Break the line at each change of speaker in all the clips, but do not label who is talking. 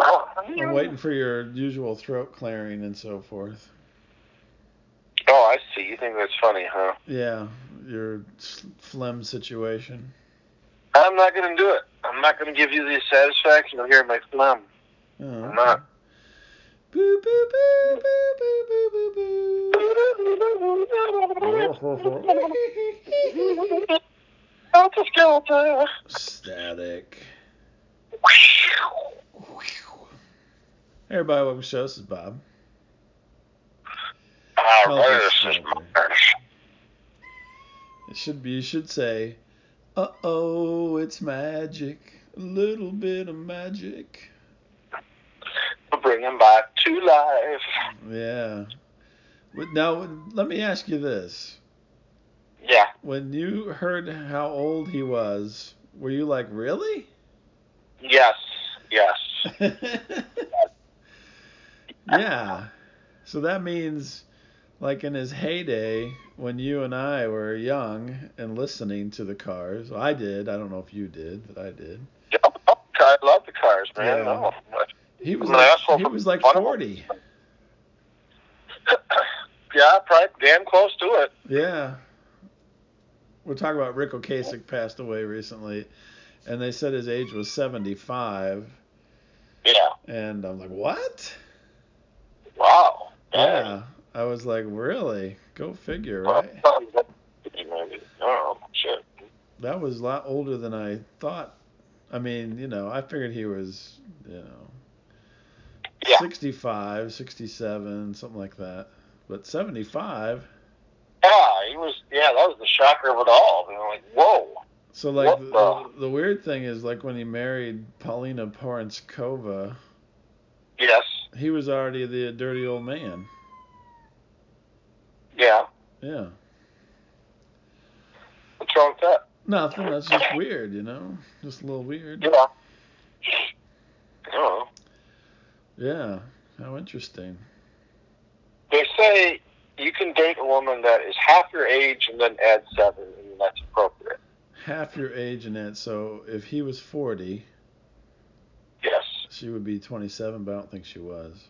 Oh,
I'm waiting for your usual throat clearing and so forth.
Oh, I see. You think that's funny, huh?
Yeah, your s- phlegm situation.
I'm not going to do it. I'm not going to give you the satisfaction of hearing my phlegm.
Oh,
I'm
okay.
not.
Boo, boo, boo, boo, boo, boo, boo, boo. Static. Hey everybody, welcome to the show. This is Bob.
Ah,
Well,
Myers
that's
is
okay.
Myers.
It should be, you should say, uh oh, it's magic. A little bit of magic.
Bring him back to life.
Yeah. But Now, let me ask you this.
Yeah.
When you heard how old he was, were you like, really?
Yes. Yes.
yeah. So that means, like in his heyday, when you and I were young and listening to the cars, I did. I don't know if you did, but I did.
Oh, oh, I love the cars, man.
Yeah.
No.
He was
Well, that's
like,
what-
he was like
one of-
40.
yeah, probably damn close to it.
Yeah. We're talking about Rick Ocasek passed away recently, and they said his age was 75.
Yeah.
And I'm like, what?
Wow.
Yeah. I was like, really? Go figure,
Well,
right?
maybe. Oh, shit.
That was a lot older than I thought. I mean, you know, I figured he was, you know,
Yeah.
sixty-five, sixty-seven, 65, 67, something like that. But 75.
Yeah, he was. Yeah, that was the shocker of it all. You know, like, whoa.
So, like,
What
the,
the-
the weird thing is, like, when he married Paulina Porinskova,
Yes.
he was already the dirty old man.
Yeah.
Yeah.
What's wrong with that?
Nothing. That's just weird, you know? Just a little weird.
Yeah. I don't know.
Yeah. How interesting.
They say you can date a woman that is half your age and then add seven, and that's appropriate.
Half your age, Annette. So, if he was 40,
Yes.
she would be 27, but I don't think she was.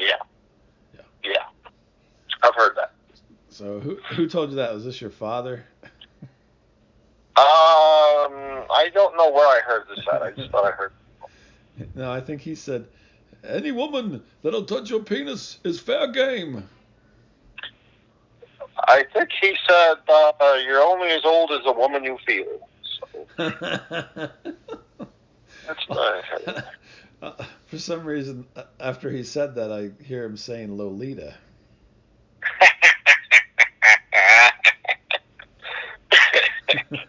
Yeah.
Yeah.
Yeah. I've heard that.
So who who told you that? Was this your father?
Um, I don't know where I heard this at. I just thought I heard.
No, I think he said, "Any woman that'll touch your penis is fair game."
I think he said uh, you're only as old as a woman you feel. So
Uh,
that's what I heard.
For some reason, uh, after he said that, I hear him saying Lolita.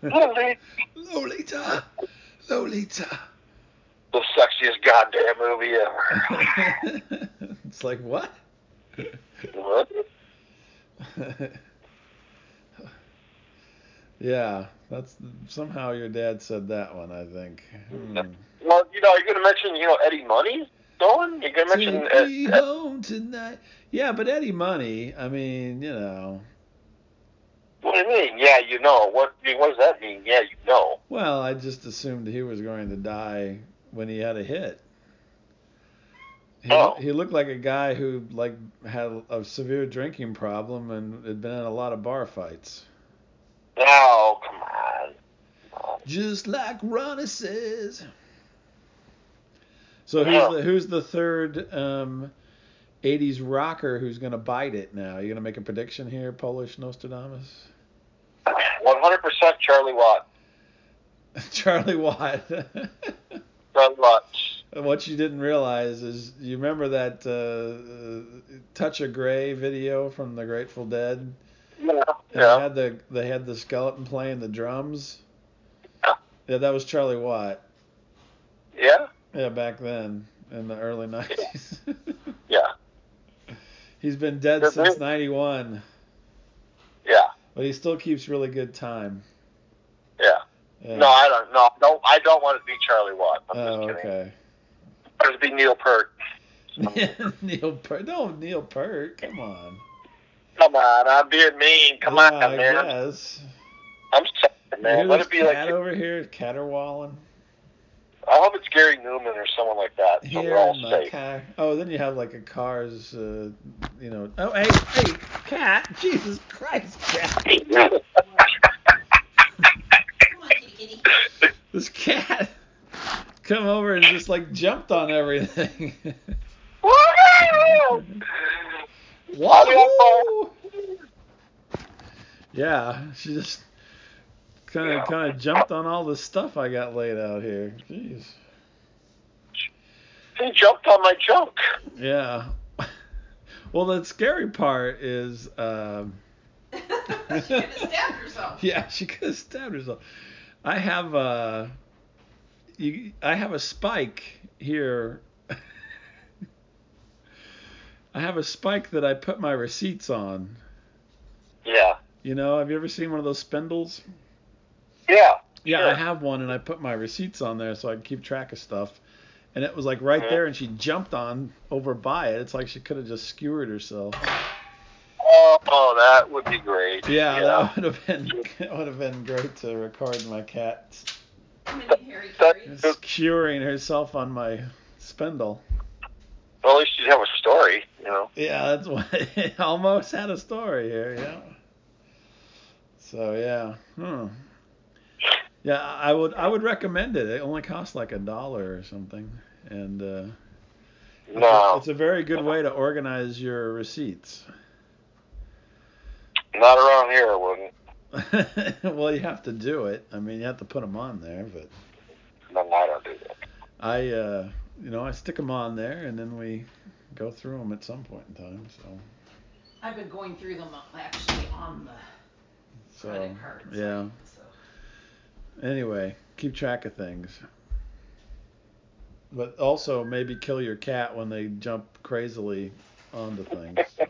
the
Lolita, Lolita.
sexiest goddamn movie ever.
it's like what?
what?
yeah, that's somehow your dad said that one. I think. Hmm.
Well, you know, you're gonna mention, you know, Eddie Money, Dolan. You're gonna mention
Take me
Ed, Ed,
home tonight. Yeah, but Eddie Money, I mean, you know.
what do you mean? Yeah, you know. What? I mean, What does that mean? Yeah, you know.
Well, I just assumed he was going to die when he had a hit. He,
Oh.
he looked like a guy who like had a severe drinking problem and had been in a lot of bar fights.
Oh, come on.
Just like Ronnie says. So who's
Yeah.
the who's the third um, '80s rocker who's gonna bite it now? You gonna make a prediction here, Polish Nostradamus?
100% Charlie Watt.
Charlie Watt.
Charlie Watt.
what you didn't realize is you remember that uh, uh, Touch of Grey video from the Grateful Dead? And
Yeah.
They
Yeah.
had the they had the skeleton playing the drums.
Yeah.
Yeah, that was Charlie Watt.
Yeah.
Yeah, back then in the early 90s.
Yeah.
he's been dead
Yeah,
since
man.
91,
Yeah.
but he still keeps really good time.
Yeah.
Yeah.
No, I don't. No, no, I don't want it to be Charlie Watt. I'm
oh,
just kidding.
okay.
I want it to be Neil Peart.
Neil Peart. No, Neil Peart. Come on.
Come on, I'm being mean. Come
yeah,
on,
I
man.
guess.
I'm sorry,
You hear
man. Let
this
it be
cat
like.
over here caterwauling.
I hope it's Gary Newman or someone like that. So
Here
we're all
in my
safe.
car. Oh, then you have like a car's, uh, you know. Oh, hey, hey, cat! Jesus Christ, cat!
Come on, kitty kitty.
This cat come over and just like jumped on everything.
Woo!
Wahoo! Yeah, she just kind of
Yeah.
kind of jumped on all the stuff I got laid out here. Jeez.
He jumped on my junk.
Yeah. Well, the scary part is, um,
You're gonna stab yourself.
yeah, she could have stabbed herself. I have a, you, I have a spike here. I have a spike that I put my receipts on.
Yeah.
You know, have you ever seen one of those spindles?
Yeah.
Yeah,
Sure.
I have one, and I put my receipts on there so I can keep track of stuff. And it was like right
Mhm.
there, and she jumped on over by it. It's like she could have just skewered herself.
Oh, oh, that would be great.
Yeah, that would have been that would have been great to record my cat
Come in, Harry Carey.
skewering herself on my spindle.
Well, at least you'd have a story, you know.
Yeah, that's what almost had a story here. Yeah. So yeah, hmm. Yeah, I would I would recommend it. It only costs like a dollar or something, and. uh
No,
It's a very good way to organize your receipts.
not around here. I wouldn't.
well, you have to do it. I mean, you have to put them on there, but
No, I don't do that.
I, uh, you know, I stick them on there and then we go through them at some point in time. So,
I've been going through them actually on the
so
credit card. side,
yeah.
so.
Anyway, keep track of things. But also maybe kill your cat when they jump crazily onto things. So.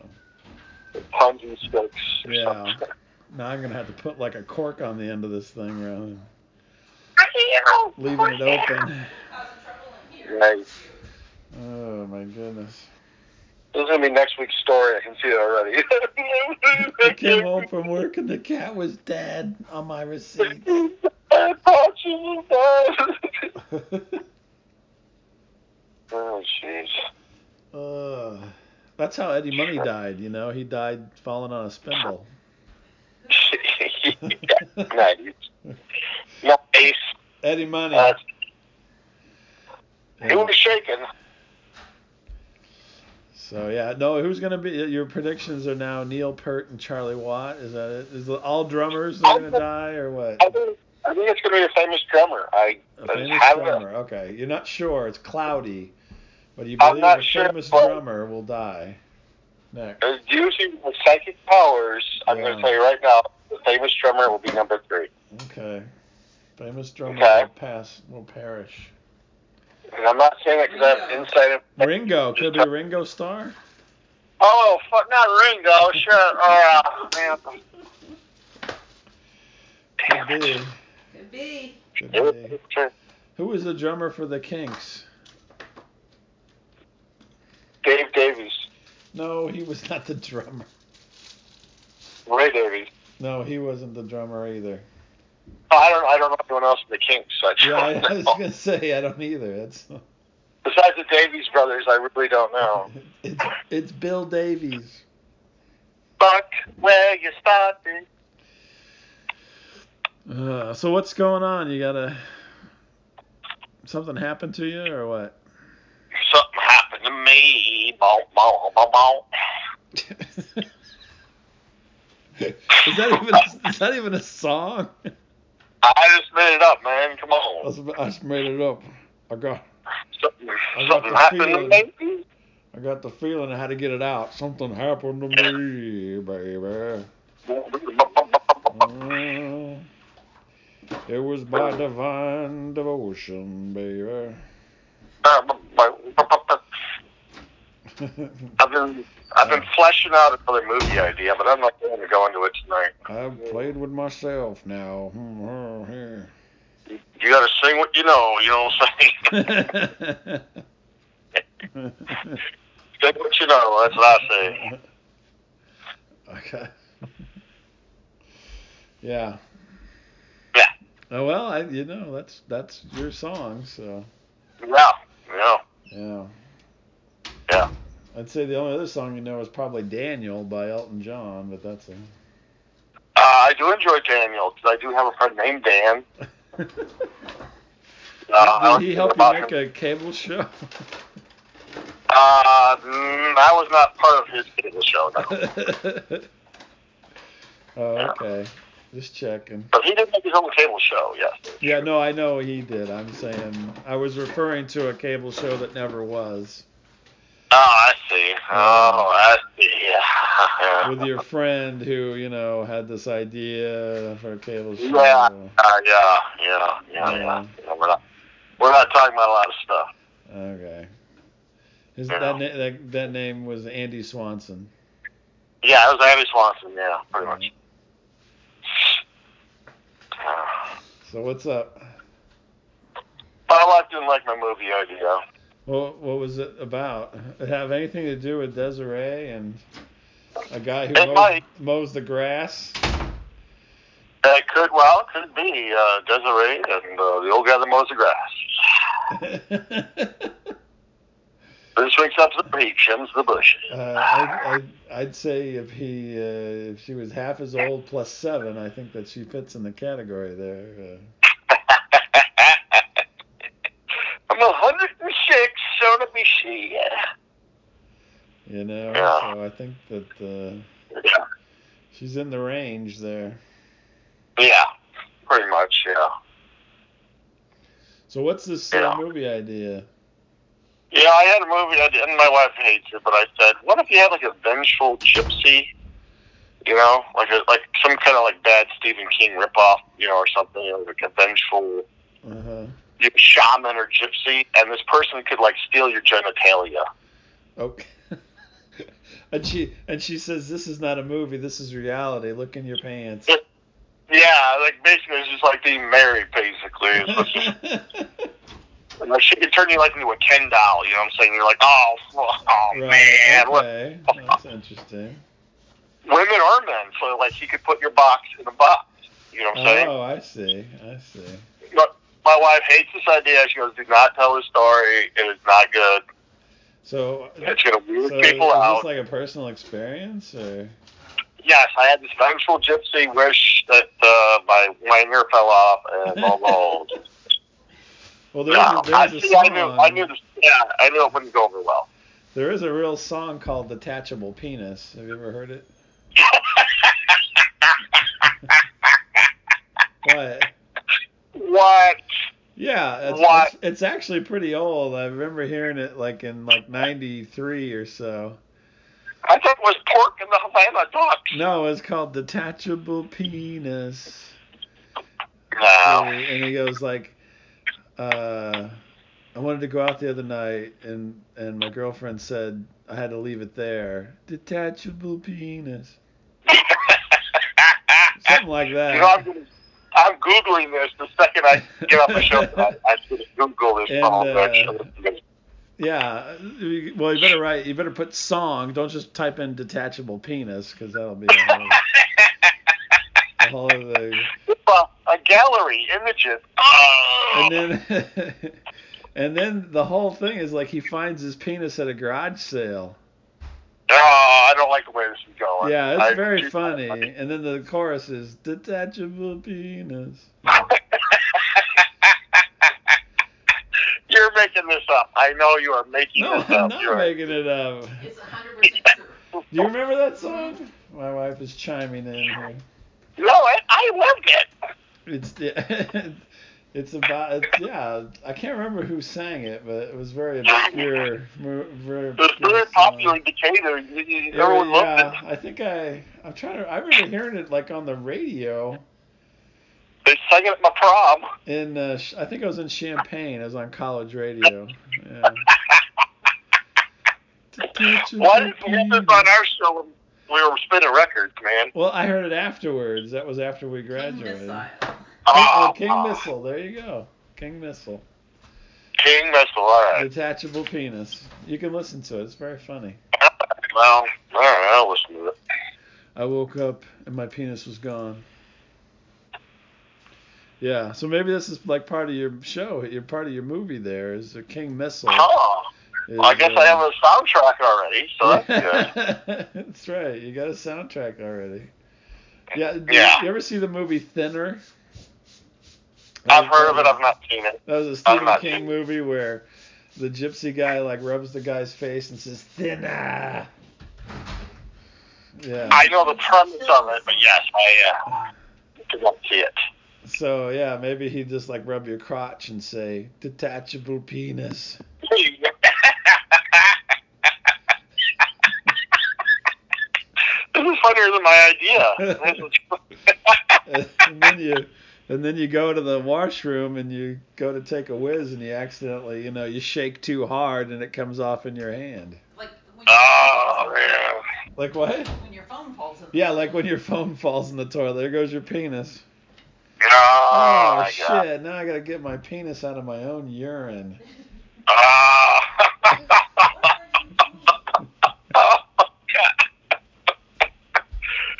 Ponzi strokes. or
Yeah.
something.
Now I'm gonna have to put like a cork on the end of this thing rather than
Oh,
leaving it open.
Causing trouble in here.
Right.
Oh my goodness.
This is gonna be next week's story. I can see it already.
I came home from work and the cat was dead on my receipt.
I thought she was dead. oh, jeez.
Ugh. Uh, that's how Eddie Money died, you know? He died falling on a spindle.
yeah, nice. Nice.
Eddie Money.
Uh, he
Yeah.
was shaking.
So yeah, no, who's gonna be your predictions are now Neil Peart and Charlie Watt? Is that it? Is it all drummers that are gonna die or what?
I think, I think it's gonna be a famous drummer. I,
A
I
famous
have it.
drummer. Okay, you're not sure. It's cloudy, but you
I'm
believe
not
a
sure,
famous
but-
drummer will die. Next.
Uh, Using my psychic powers, I'm going
Yeah.
to tell you right now, the famous drummer will be number three.
Okay. Famous drummer
Okay.
will pass will perish.
And I'm not saying that because I have inside information.
Ringo could be Ringo Starr.
Oh, fuck, not Ringo, sure. Or, uh, man.
Could
Damn
be.
it.
Could be.
Could
It was
be.
true.
Who was the drummer for the Kinks?
Dave Davies.
No, he was not the drummer.
Ray Davies.
No, he wasn't the drummer either.
Oh, I don't, I don't know anyone else in the Kinks, so I just
Yeah, I, I
don't
was
know.
gonna say I don't either. That's
Besides the Davies brothers, I really don't know.
it's, it's Bill Davies.
Fuck where you started.
Uh, so what's going on? You gotta something happened to you or what?
Something happened to me. Bonk, bonk, bonk, bonk.
is that even is that even a song?
I just made it up, man. Come on.
I just- I just made it up. I got
Something,
got
something
the
happened
feeling.
to me.
I got the feeling I had to get it out. Something happened to me, baby. uh, Mm. It was by divine devotion, baby.
I've been I've been fleshing out another movie idea, but I'm not going to go into it tonight.
I've played with myself now. Mm,
You got to sing what you know. You know what I'm saying?
mm, mm.
sing what you know. That's what I say.
okay. Yeah.
Yeah.
Oh well, I, you know that's that's your song, so
No, no,
Yeah.
yeah.
I'd say the only other song you know is probably Daniel by Elton John, but that's
Uh, I do enjoy Daniel because I do have a friend named Dan.
a.
Uh, I
Did he
was
help you
about
make
him.
a cable show?
Uh, mm, I was not part of his cable show, no.
oh, okay. Just checking.
but he did make his own cable show. Yes.
Yeah, no, I know he did. I'm saying I was referring to a cable show that never was
Oh, I see. Oh, I see. Yeah.
with your friend who, you know, had this idea for a cable show.
Yeah. Uh, yeah, yeah, yeah, yeah, yeah. We're not, we're not talking about a lot of stuff.
Okay. His,
Yeah.
that, na- that that name was Andy Swanson.
Yeah, it was Abby Swanson. Yeah, pretty much.
So what's
Uh,
up?
But I liked, didn't like my movie idea.
What what was it about? It have anything to do with Desiree and a guy who
It
mows,
might.
mows the grass?
That could, well, it could be uh, Desiree and uh, the old guy that mows the grass.
uh,
This wakes up to the beach, shims the bushes.
I, I, I'd say if he uh, if she was half as old plus seven, I think that she fits in the category there. Uh,
I'm 106, so to be she.
you know,
Yeah.
so I think that uh,
Yeah.
she's in the range there.
Yeah, pretty much, yeah.
So what's this uh,
Yeah.
movie idea?
Yeah, I had a movie, I did, and my wife hates it, but I said, what if you had like a vengeful gypsy? You know, like a, like some kind of like bad Stephen King ripoff, you know, or something, you know, like a vengeful
Uh huh.
you know, shaman or gypsy, and this person could like steal your genitalia.
Okay. and she and she says this is not a movie. This is reality. Look in your pants.
Yeah, like basically it's just like being married, basically. It's just- Like she could turn you like into a Ken doll, you know what I'm saying? You're like, oh, oh
right.
man, what?
Okay. That's interesting.
women are men, so like she could put your box in a box. You know what I'm saying?
Oh, I see. I see.
But my wife hates this idea. She goes, do not tell the story. It is not good.
So, so
It's gonna
is
weird
this
people out.
like a personal experience, or
yes, I had this vengeful gypsy wish that uh, my whinger fell off and all the holes.
well, there is
No, I,
a, there is a
see, I knew, I knew
song.
this. Yeah, I knew it wouldn't go over well.
There is a real song called "Detachable Penis." Have you ever heard it? What?
what?
Yeah, it's,
What?
It's, it's actually pretty old. I remember hearing it like in like '93 or so.
I thought it was pork in the Havana Ducks.
No, it's called "Detachable Penis."
No.
and he goes like, uh, "I wanted to go out the other night, and and my girlfriend said I had to leave it there. Detachable penis, something like
You know, I'm,
that."
gonna- I'm googling this the second I get off the show. I, I should Google this
And,
song.
uh,
actually.
Yeah. Well, you better write. You better put song. Don't just type in detachable penis because that'll be a whole, a whole other.
Uh, a gallery images. Oh!
And then, and then the whole thing is like he finds his penis at a garage sale.
oh, I don't like the way this is going.
Yeah, it's
I-
very funny. And then the chorus is detachable penis.
You're making this up. I know you are making
No,
this
I'm
up.
not
You're-
making it up. Do
It's 100% true.
you remember that song? My wife is chiming in here.
No, I, I loved it.
It's the, it's about it's, yeah. I can't remember who sang it, but it was very obscure. mo- Very,
It was
obscure
very
song.
popular in Decatur. You- you-
Yeah,
Everyone loved
yeah, I think I I'm trying to. I remember hearing it like on the radio.
it. They sang it at my prom.
In uh, Ch- I think I was in Champagne. I was on college radio. Yeah. Detachable
Why didn't we have this
penis.
on our show when we were spinning records, man?
Well, I heard it afterwards. That was after we
King
graduated. King,
Missile.
oh,
Ah,
King
ah.
Missile. There you go. King Missile.
King Missile, all right.
Detachable penis. You can listen to it. It's very funny.
Well, all right, I'll listen to it.
I woke up and my penis was gone. Yeah, so maybe this is like part of your show, your part of your movie. There is a King Missile.
Oh,
is,
well, I guess
uh,
I have a soundtrack already, so that's good.
that's right. You got a soundtrack already. Yeah. did
Yeah.
You ever see the movie Thinner?
I've heard of it. I've not seen it.
That was a
I've
Stephen
not
King
seen-
movie where the gypsy guy like rubs the guy's face and says Thinner. Yeah.
I know the premise of it, but yes, I uh, did not see it.
So yeah, maybe he'd just like rub your crotch and say detachable penis.
this is funnier than my idea. This is
and then you and then you go to the washroom and you go to take a whiz and you accidentally you know you shake too hard and it comes off in your hand
Like when your,
oh man.
like what
when your phone falls in.
yeah like when your phone falls in the toilet there goes your penis
Oh, my
shit
God.
now i gotta get my penis out of my own urine
Oh.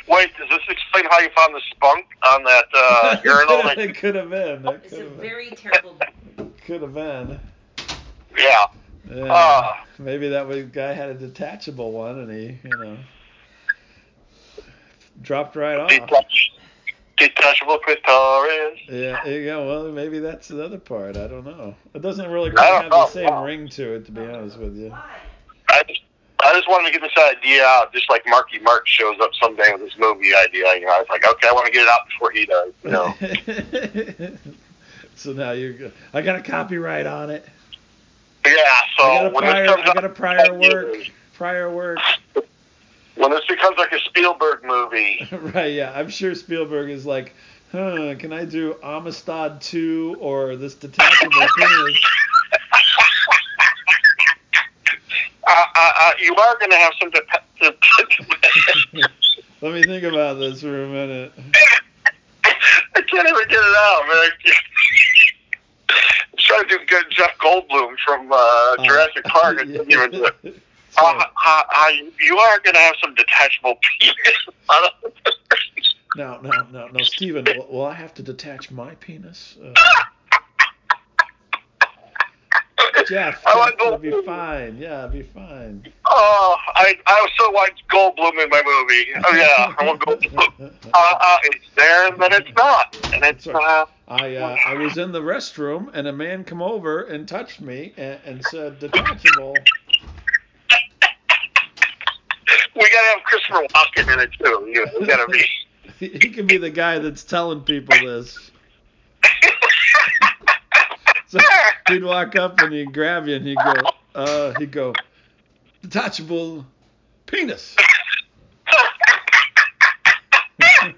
Wait, does this explain how you found the spunk on that uh, urinal? Like,
it could have been that
It's a
could have been
very terrible.
could have been
yeah.
yeah.
Ah.
maybe that way guy had a detachable one and he you know dropped right off
Detach- detachable clitoris.
Yeah, there you go. Well, maybe that's the other part. I don't know. It doesn't really
I
quite
don't
have the
know.
same ring to it, to be honest with you.
I just, I just wanted to get this idea out, just like Marky Mark shows up someday with this movie idea. You know, I was like, okay, I want to get it out before he does. You know,
so now you're. go- I got a copyright on it.
yeah.
I got
So
a
when this
prior.
comes
I got
out,
a prior work. Prior work.
when this becomes like a Spielberg movie,
right. Yeah. I'm sure Spielberg is like, huh? Can I do Amistad 2 or this detachable penis?
uh, uh, uh, you are going to have some. Dep-
Let me think about this for a minute.
I can't even get it out, man. I'm trying to do good Jeff Goldblum from
Oh.
uh, Jurassic Park. I couldn't even do it. Uh, uh, uh, you are going to have some detachable penis. I don't-
No, no, no, no, Steven, will, will I have to detach my penis? Uh, Jeff,
I want
Jeff, it'll be
Goldblum.
fine. Yeah, it'll be fine.
Oh, I I so want Goldblum in my movie. Oh yeah, I want Goldblum. Uh, uh, it's there and then it's not, and it's uh,
I, uh, I was in the restroom and a man come over and touched me and, and said detachable.
we got to have Christopher Walken in it too. You know, we got to be.
He, he can be the guy that's telling people this. So he'd walk up and he'd grab you and he'd go, uh, he'd go, detachable penis.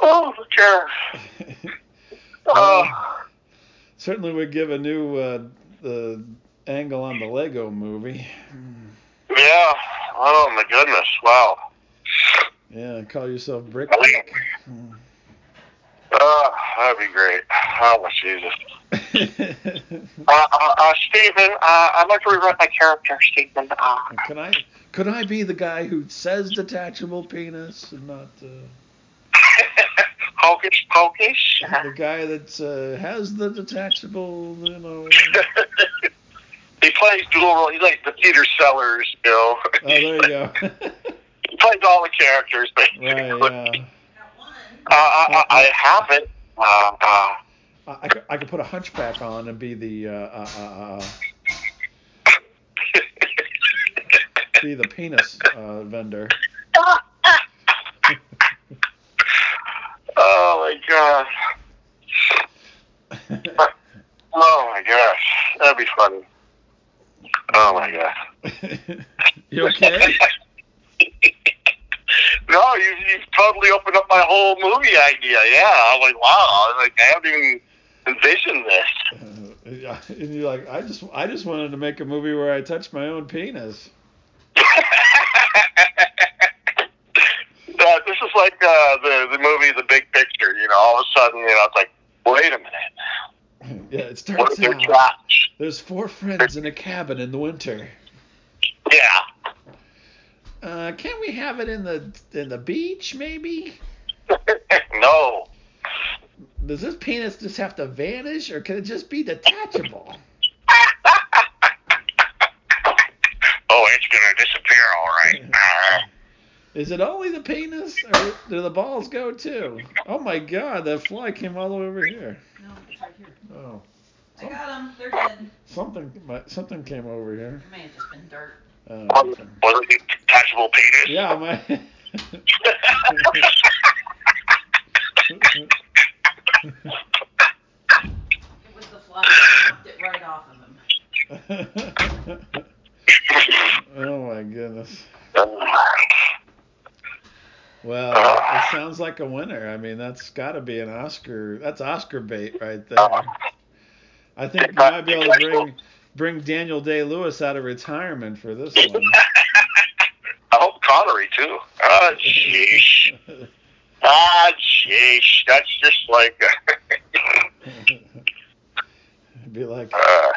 oh, sure. Oh.
Certainly would give a new uh, uh, angle on the Lego movie.
Yeah. Oh my goodness. Wow.
Yeah, call yourself Brick. Hmm.
Uh, that'd be great. Oh Jesus. Uh, uh, uh, Stephen, uh, I'd like to rewrite my character, Stephen. Uh,
Can I could I be the guy who says detachable penis and not uh,
hocus pocus.
the guy that uh, has the detachable, you know?
he plays dual role. He's like the Peter Sellers, you know.
Oh, there you go.
he plays all the characters, basically.
right, yeah. Uh-huh.
Got one.
uh, I, I, I haven't. Uh, uh,
I, I, could, I could put a hunchback on and be the uh, uh, uh, uh, be the penis uh, vendor.
oh my god. Oh my gosh. That'd be funny. Oh my god.
you okay?
no, you you totally opened up my whole movie idea. Yeah, I was like, wow, I was like, I haven't even envisioned this.
Uh, yeah, and you're like, I just, I just wanted to make a movie where I touch my own penis.
no, this is like uh, the the movie The Big Picture. You know, all of a sudden, you know, it's like, wait a minute,
Yeah, it
what
starts
if they're
out.
trash?
There's four friends in a cabin in the winter.
Yeah.
Uh, can we have it in the in the beach, maybe?
yeah, No.
Does this penis just have to vanish, or can it just be detachable?
Oh, it's gonna disappear, all right. Uh,
Is it only the penis, or do the balls go too? Oh my God, that fly came all the way over here.
No, it's right here.
Oh,
I got them. They're dead.
something, something came over here.
It may have just been dirt.
Oh,
was
okay.
was it a detachable penis?
yeah, my.
It was the fly. I knocked it right off of him.
oh my goodness. Well,
Uh.
it sounds like a winner. I mean, that's got to be an Oscar. That's Oscar bait right there. I think you might be able to bring bring Daniel Day Lewis out of retirement for this one.
I hope Connery too. Ah, jeez. Ah, jeez. That's just like.
It'd be like,
uh,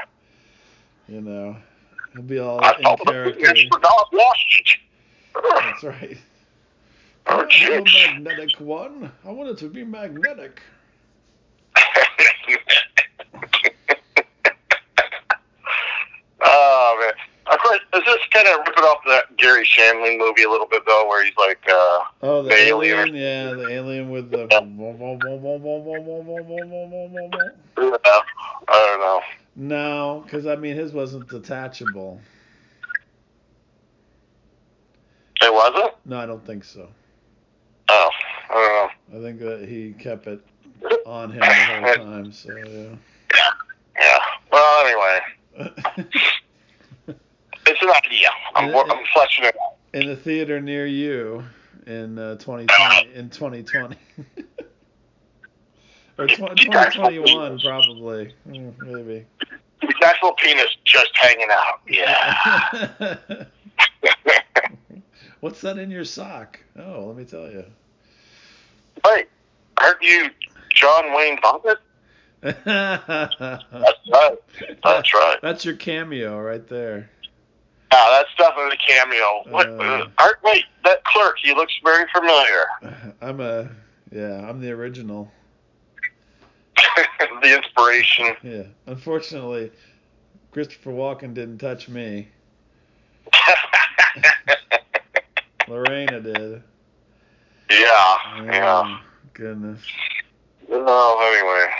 you know, it'd be all
I
in
thought the
character.
penis for God lost it.
That's right.
Oh,
I'm
jeez.
a magnetic one. I want it to be magnetic.
oh man. Of course, is this kind of ripping off that Gary Shandling movie a little bit though, where he's like, uh,
Oh, the,
The
alien.
alien.
Yeah, the alien with the.
yeah, I don't know.
No, because I mean his wasn't detachable.
It wasn't.
No, I don't think so.
Oh, I don't know.
I think that he kept it on him the whole time. So yeah.
Yeah. Well, anyway, it's an idea. I'm, wor- I'm fleshing it out.
in the theater near you in uh, 2020 in 2020 or tw- 2021 probably Mm, maybe.
His actual penis just hanging out. Yeah.
What's that in your sock? Oh, let me tell you.
Wait, aren't you John Wayne Bobbitt? That's right. That's right.
That's your cameo right there.
Yeah, that's definitely a cameo. What,
Uh.
Art, wait, that clerk, he looks very familiar.
I'm a yeah, I'm the original.
the inspiration.
Yeah. Unfortunately, Christopher Walken didn't touch me. Lorena did. Um,
yeah, yeah.
Oh, goodness.
Well, anyway.